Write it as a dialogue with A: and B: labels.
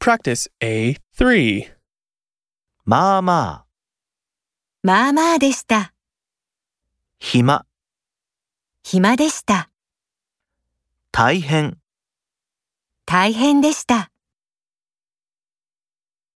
A: Practice A3.
B: まあまあ、
C: まあまあでした。
B: 暇、
C: 暇でした。
B: 大変。
C: 大変でした。